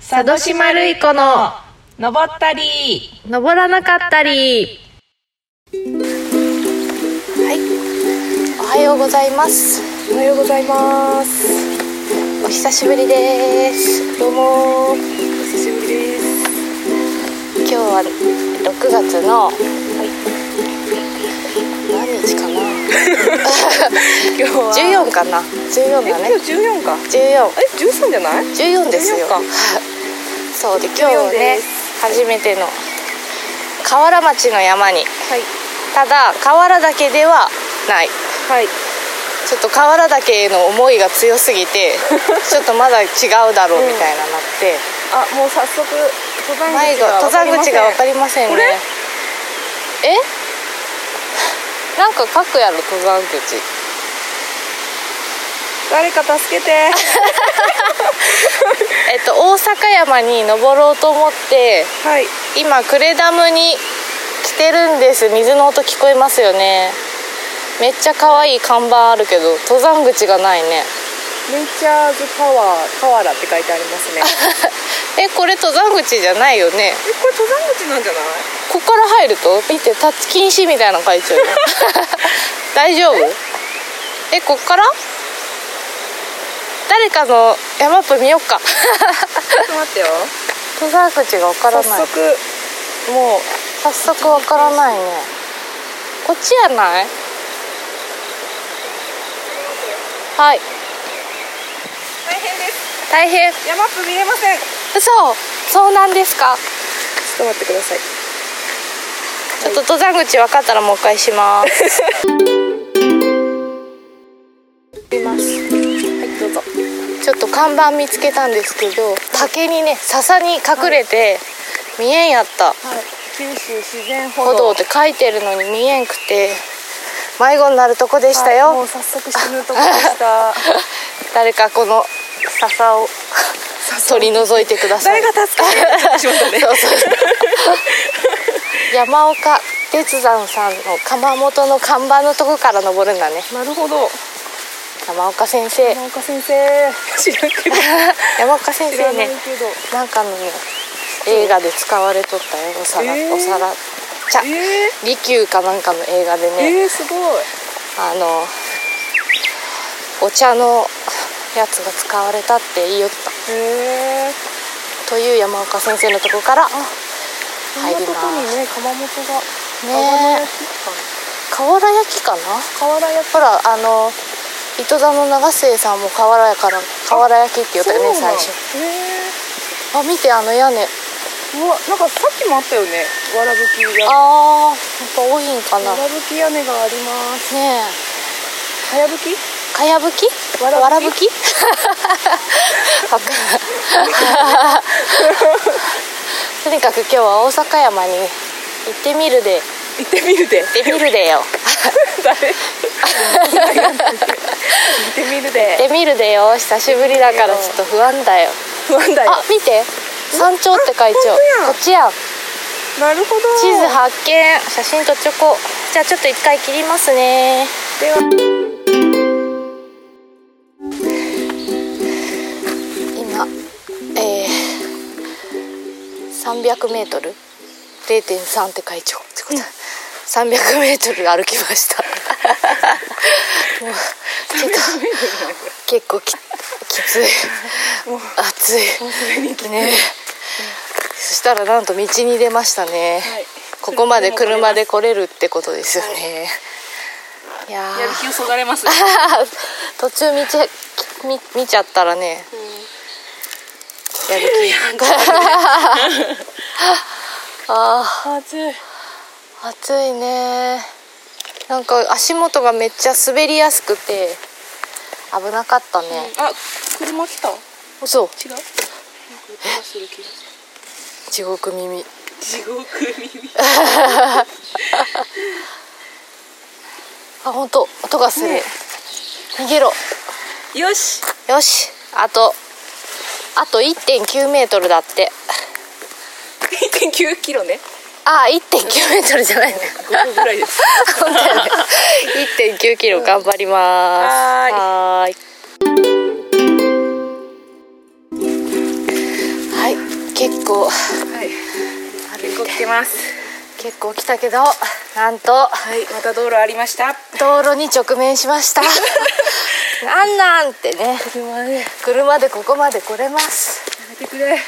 佐渡島るい子の登ったり登らなかったりはい、おはようございます。おはようございますお久しぶりです。どうもお久しぶりです今日は6月の何日かな 今日は ?14 かな ?14 だえ今ね。日十四か14。え十三じゃない14ですよ14か。 そうで今日は14でねす初めての河原町の山にはいただ河原だけではないはいちょっと河原だけへの思いが強すぎ てちょっとまだ違うだろうみたいなのあって、あもう早速登山迷口子が登山口が分かりりませんねこれえなんか書くやろ登山口誰か助けてえっと大阪山に登ろうと思ってはい今呉ダムに来てるんです水の音聞こえますよねめっちゃ可愛い看板あるけど登山口がないね ネイチャーズパワー河原って書いてありますねええこれ登山口じゃないよねこれ登山口なんじゃないここから入ると見て立ち禁止みたいなの書い てある大丈夫えこっから誰かの山っぽ見よっかちょっと待ってよ 登山口がわから早ない速もう早速わからないねこっちやないはい大変です大変山っぷ見えませんちょ嘘そうなんですかっと待ってくださいちょっと登山口分かったらもう一回します見ますはいどうぞちょっと看板見つけたんですけど竹にね笹に隠れて見えんやったはい九州自然歩歩道道って書いてるのに見えんくて迷子になるとこでしたよ、はいもう早速死ぬとこでした 誰かこの笹を取り除いてく ださい誰が助けてしまったねそうそうそう 山岡鉄山さんの窯元の看板のとこから登るんだね なるほど山岡先生山岡先生知らん けど山岡先知ら生ないねけどなんかのね映画で使われとったよお皿、えーお皿茶え利休かなんかの映画でー、ね、えー、すごいあのお茶のやつが使われたって言いよったえー、という山岡先生のとこからこんなとこにね窯元がねえ瓦焼きかな瓦焼きほらあの糸田の永瀬さんも瓦やから瓦焼きって言ったよねそうな最ん初へあ見てあの屋根えうわなんかさっきもあったよねわらぶき屋根わああやっぱ多いんかならねぶき屋根がありますえかやぶきかやぶきわらぶきわらぶき わかんないとにかく今日は大阪山に行ってみるで行ってみるで行ってみるでよ 誰 行ってみるで 行ってみるでよ久しぶりだからちょっと不安だよ不安だよあ見て山頂って書いちゃうあ本当やんこっちやんなるほど地図発見写真とチョコじゃあちょっと一回切りますねでは今えー、300m 0.3って書いちゃおうってこと、300m 歩きました もうちょっと結構ききつい暑いねそしたらなんと道に出ましたね、はいここまで車で来れるってことですよね、い、やーやる気をそがれます途中見ちゃ見見ちゃったらね、やる気 あ暑いー暑いねなんか足元がめっちゃ滑りやすくて危なかったね、あ車来た違う嘘なんか音がする気がする地獄耳地獄耳あ本当音がする、ね逃げろよ しよしあとあと1.9メートルだって1.9キロねああ1.9メートルじゃないね5分ぐらいです 本当やね1.9キロ頑張ります。はーいはーい。はい。結構 はい歩結い構来ててます結構来たけどなんとはいまた道路ありました道路に直面しました なんなんってね車でや車でここまで来れますめてくれ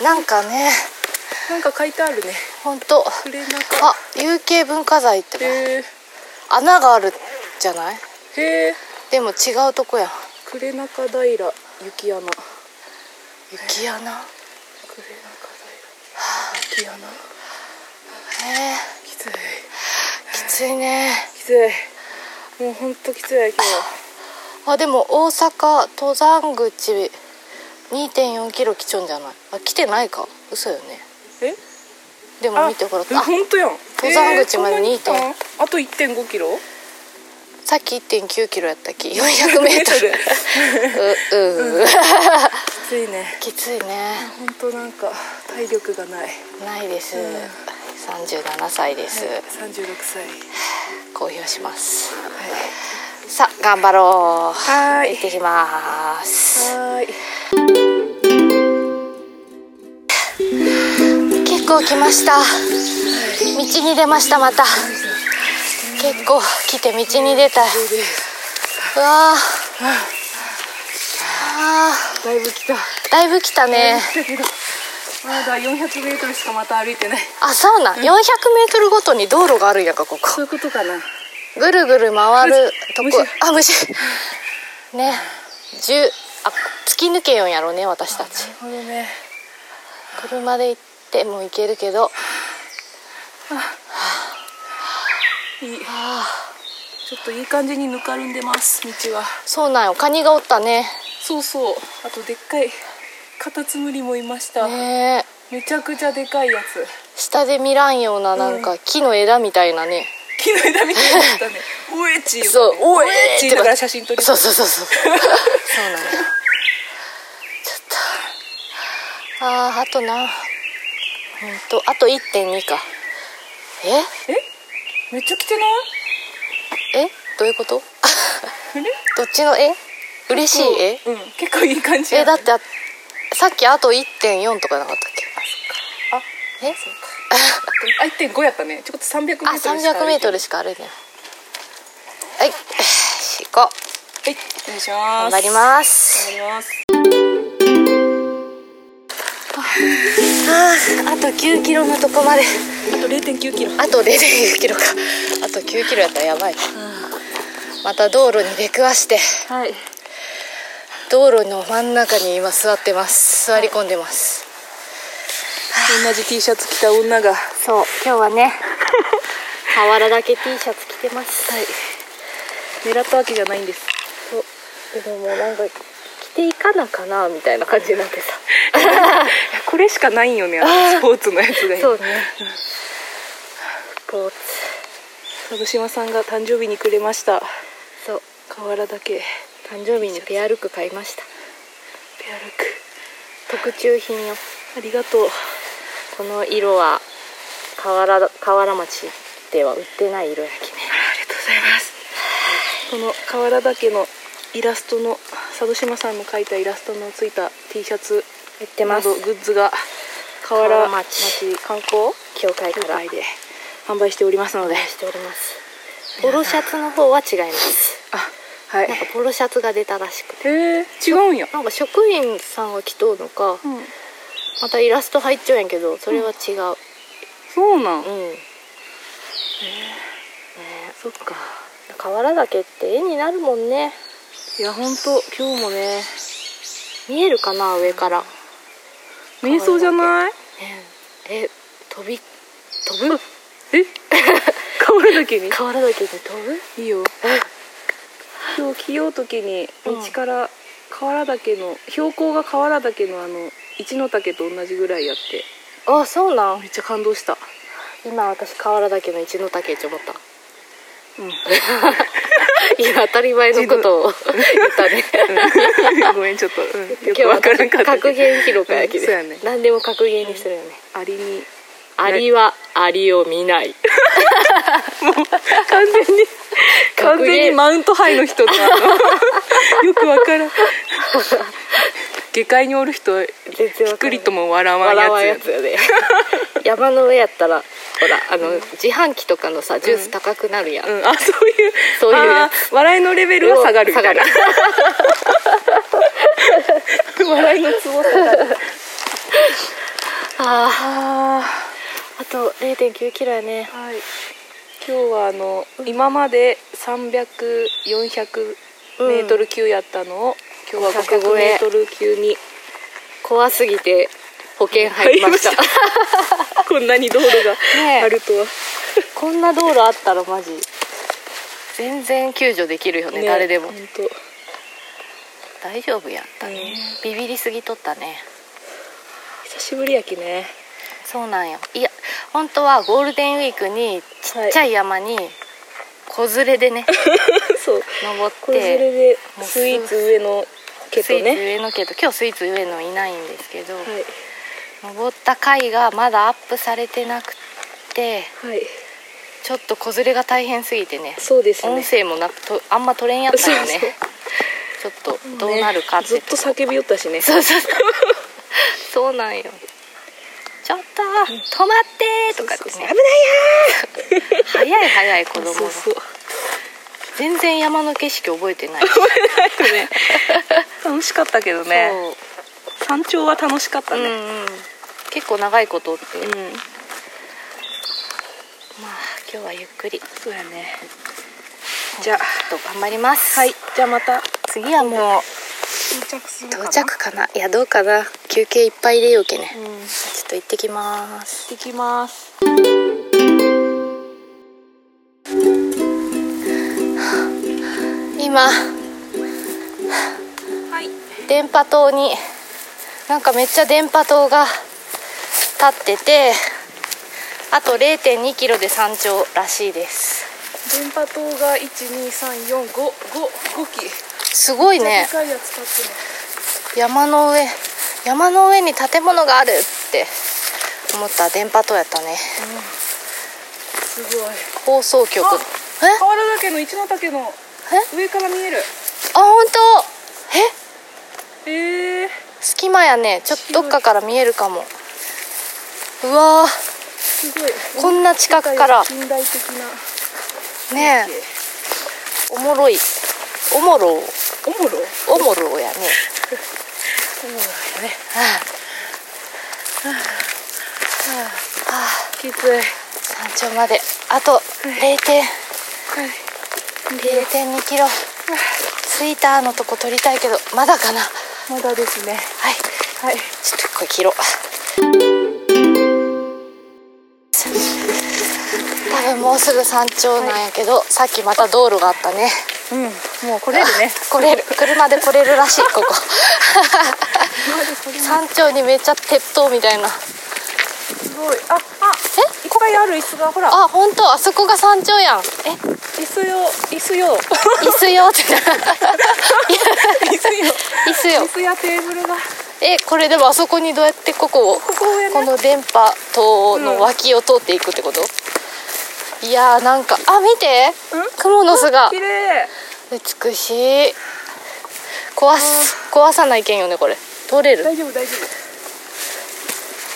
なんかねなんか書いてあるね本当これなんかあ有形文化財ってもへ穴があるじゃないえへえでも違うとこやん呉中平雪山呉中雪穴へ平雪山えきついきついねきついもうほんときつい今あでも大阪登山口2.4キロ来ちょんじゃないあ来てないか嘘よね日えでも見てほらえあほんとやん登山口までえーこんなに2.5来たんあと1.5キロさっき1.9キロやったっけ400メー トルうう きついねきついねほんとなんか体力がないないです37歳です36歳公表しますさあ頑張ろうはい行ってきますはい結構来ました道に出ましたまた結構来て道に出たうわーあだいぶ来た ーだいぶ来たねだけどまだ 400m しかまた歩いてないあそうなん400メートルごとに道路があるんやんかここそういうことかなぐるぐる回るとこ虫あ虫ね十あ突き抜けよんやろうね私たちほどね車で行っても行けるけどいいあちょっといい感じにぬかるんでます道はそうなんよカニがおったねそうそうあとでっかいカタツムリもいました、ねえめちゃくちゃでかいやつ下で見らんようななんか木の枝みたいなね、木の枝みたいになった ねおえちよそうおえおえちちとかだから写真撮りそううそうそうそうそうなんよちょっとあああとなうんとあと1.2かえめっちゃ来てないええどういうことあれどっちの絵嬉しい絵うん結構いい感じやえねだってあさっきあと1.4とかなかったっあけえそうかあ1.5やったねちょっと300メートあルしか三3 0 0ルしか歩いてないはいよし行こうはいお願いしま頑す張りすま頑張りますすああと9キロのとこまであと0.9キロあと0.9キロ かあと9キロやったらやばいまた道路に出くわしてはい道路の真ん中に今座ってます座り込んでます同じ T シャツ着た女がそう今日はね 俵だけ T シャツ着てますはい狙ったわけじゃないんですでもなんか着ていかなかなみたいな感じになってさいやこれしかないんよねあのスポーツのやつがそう今ね。スポーツ。佐島さんが誕生日にくれましたそう。瓦だけペ誕生日にペアルック買いました。アルク特注品よ。ありがとうこの色は河原河原町では売ってない色やきね。ありがとうございますこの瓦だけのイラストの佐渡島さんの描いたイラストのついた T シャツ売ってまなすど。グッズが河原原町町観光教会から会で販売しておりますのでしております。ポロシャツの方は違います。あはいなんかポロシャツが出たらしくて。へえ違うんやなんか職員さんが着とうのか、うんまたイラスト入っちゃうんやけど、それは違う。そうなんうん。ねそっか河原岳って絵になるもんね。いやほんと今日もね見えるかな上から。見えそうじゃないえ飛び飛ぶ え瓦だけに河原岳に飛ぶいいよ今日着ようときに道から瓦岳の標高が瓦岳のあの一の岳と同じぐらいやってあそうなめんっちゃ感動した今私河原岳の一の竹って思ったうん 今当たり前のことを言ったね ごめんちょっと、うん、よ今く日わからん私かった格けど言広かやきうんそうで、やね何でも格言にするよね、アリにアリはアリを見ない完全に格言完 全にマウントハイの人とあのよくわからん下界におる人全然ピわかクんないリとも笑わん笑わんややつつよね山の上やったらほらあの、自販機とかのさジュース高くなるやん、うん、あそういうそういうやあー笑いのレベルは下がるみたいな笑いのツボ下がるああーあと0 9キロやねーはい今日はあの今まで300400メートル級やったのを、今日は500メートル級に怖すぎて保険入りました入りまこんなに道路ね があるとは、こんな道路あったらマジ全然救助できるよねね誰でも本当大丈夫やったね、ビビりすぎとったね久しぶりやきね そうなんよいや本当はゴールデンウィークにちっちゃい山に子連れで ね、そう登ってこれでスイーツ上の毛スイとーツね上のけど今日スイーツ上のいないんですけど、はい登った回がまだアップされてなくてはいちょっと子連れが大変すぎてねそうですね音声もなとあんま取れんやったよねそうそうちょっとどうなるかっねてずっと叫びよったしねそうそうそうそうなんよちょっと止まってとかってそうそうねそう早い早い子供がそうそう全然山の景色覚えてない、楽しかったけどね山頂は楽しかったそう、うねんうん、結構長いことって、うん、まあ今日はゆっくりそうやねじゃあちょっと頑張りますはいじゃあまた次はもう到着するかな到着かないやどうかな休憩いっぱい入れようけね、ちょっと行ってきます行ってきます今はい電波塔になんかめっちゃ電波塔が立っててあと0 2キロで山頂らしいです電波塔が一二三四五五五機すごいねかいやつ立ってね山の上山の上に建物があるって思ったら電波塔やったねすごい放送局あええ河原岳の一ノ岳の上から見えるあ本当えええー、隙間やねちょっとどっかから見えるかもうわーすごいこんな近くから近代的なねえおもろいおもろおもろおもろやねおもろやねあきついー山頂まであと0点はい0 2キロスイーターのとこ撮りたいけどまだかなはまだですねいはいちょっとこれ切ろう多分もうすぐ山頂なんやけど、さっきまた道路があったねうんもう来れる ね来れる車で来れるらしいここ山頂にめっちゃ鉄塔みたいなすごいああえいっぱいある椅子がほらあ本当あそこが山頂やんえ 椅子よ椅子よ椅子よって椅子よ椅子 よ椅子やテーブルがえこれでもあそこにどうやってここをここ上ねこの電波塔の脇を通っていくってこと、いやーなんかあ見てんクモの巣が綺麗美しい壊す壊さないけんよねこれ通れるよ大丈夫大丈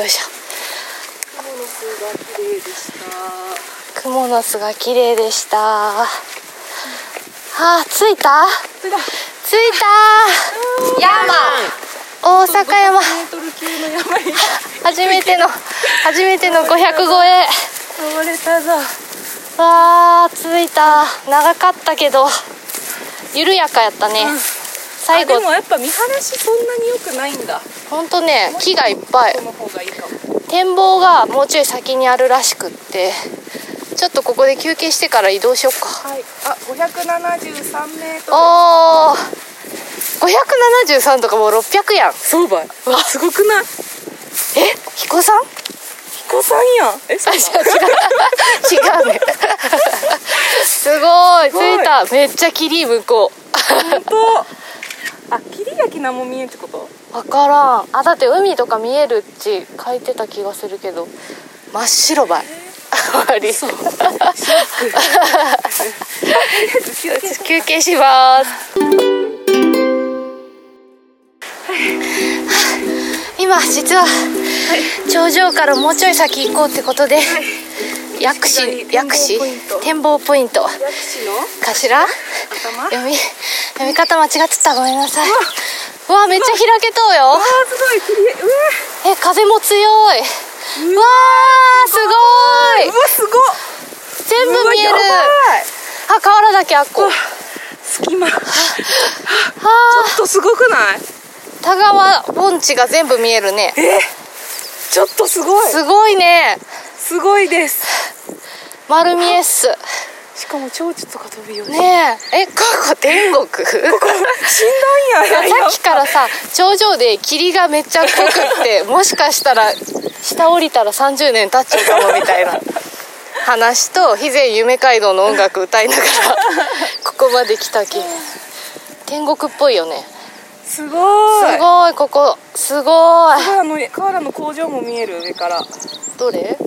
夫いしょ雲の巣が綺麗でしたクモの巣が綺麗でしたあー着いたそれだ着いた山大阪山メートル級の山に初めての初めての500超え登れたぞわー着いた長かったけど緩やかやったね、最後あでもやっぱ見晴らしそんなに良くないんだほんとね木がいっぱいこの方がいいかも展望がもうちょい先にあるらしくってちょっとここで休憩してから移動しよっかはいあ573メートルおー573とかもう600やんそうばいすごくないえ 彦さん彦さんやんえそうなの 違うね すごいごい着いためっちゃ霧向こ本当あ霧焼きなんも見えんってことう分からんあだって海とか見えるっち書いてた気がするけど真っ白ばいありそう休憩休憩します。今実は頂上からもうちょい先行こうってことで薬師薬師展望ポイント薬師のかしら頭読み読み方間違ってたごめんなさいうわめっちゃ開けとうよあーすごい切り絵うわえ風も強いうわーすごういわすごっ全部うわ見えるやばいあ河原だけあっこあ隙間ちょーっとすごくない田川盆地が全部見えるねちょっとすごいすごいねすごいです丸見えっすしかも蝶々とか飛びよねねええここ天国死んだんやさっきからさ頂上で霧がめっちゃ濃く ってもしかしたら下降りたら30年経っちゃうかもみたいな話と肥前夢街道の音楽歌いなが らここまで来たき天国っぽいよねすごいすごいここすご河い原の河原の工場も見える上からどれ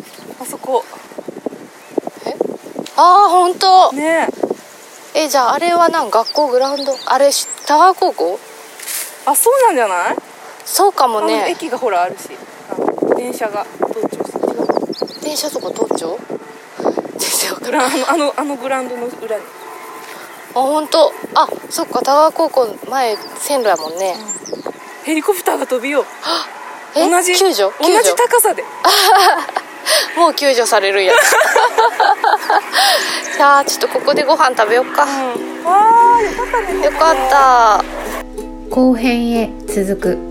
あそこああ本当ねええじゃああれはなん学校グラウンドあれし田川高校あそうなんじゃないそうかあものね駅がほらあるしあの電車がどっちも電車とか東町全然わかグらんあラあのあのあのグラウンドの裏に本当あそっか田川高校前線路やもんねヘリコプターが飛びようえ同じ救助同救じ助高さでもう救助されるん やいやーちょっとここでご飯食べよっか、哦わあよかったねよかった後編へ続く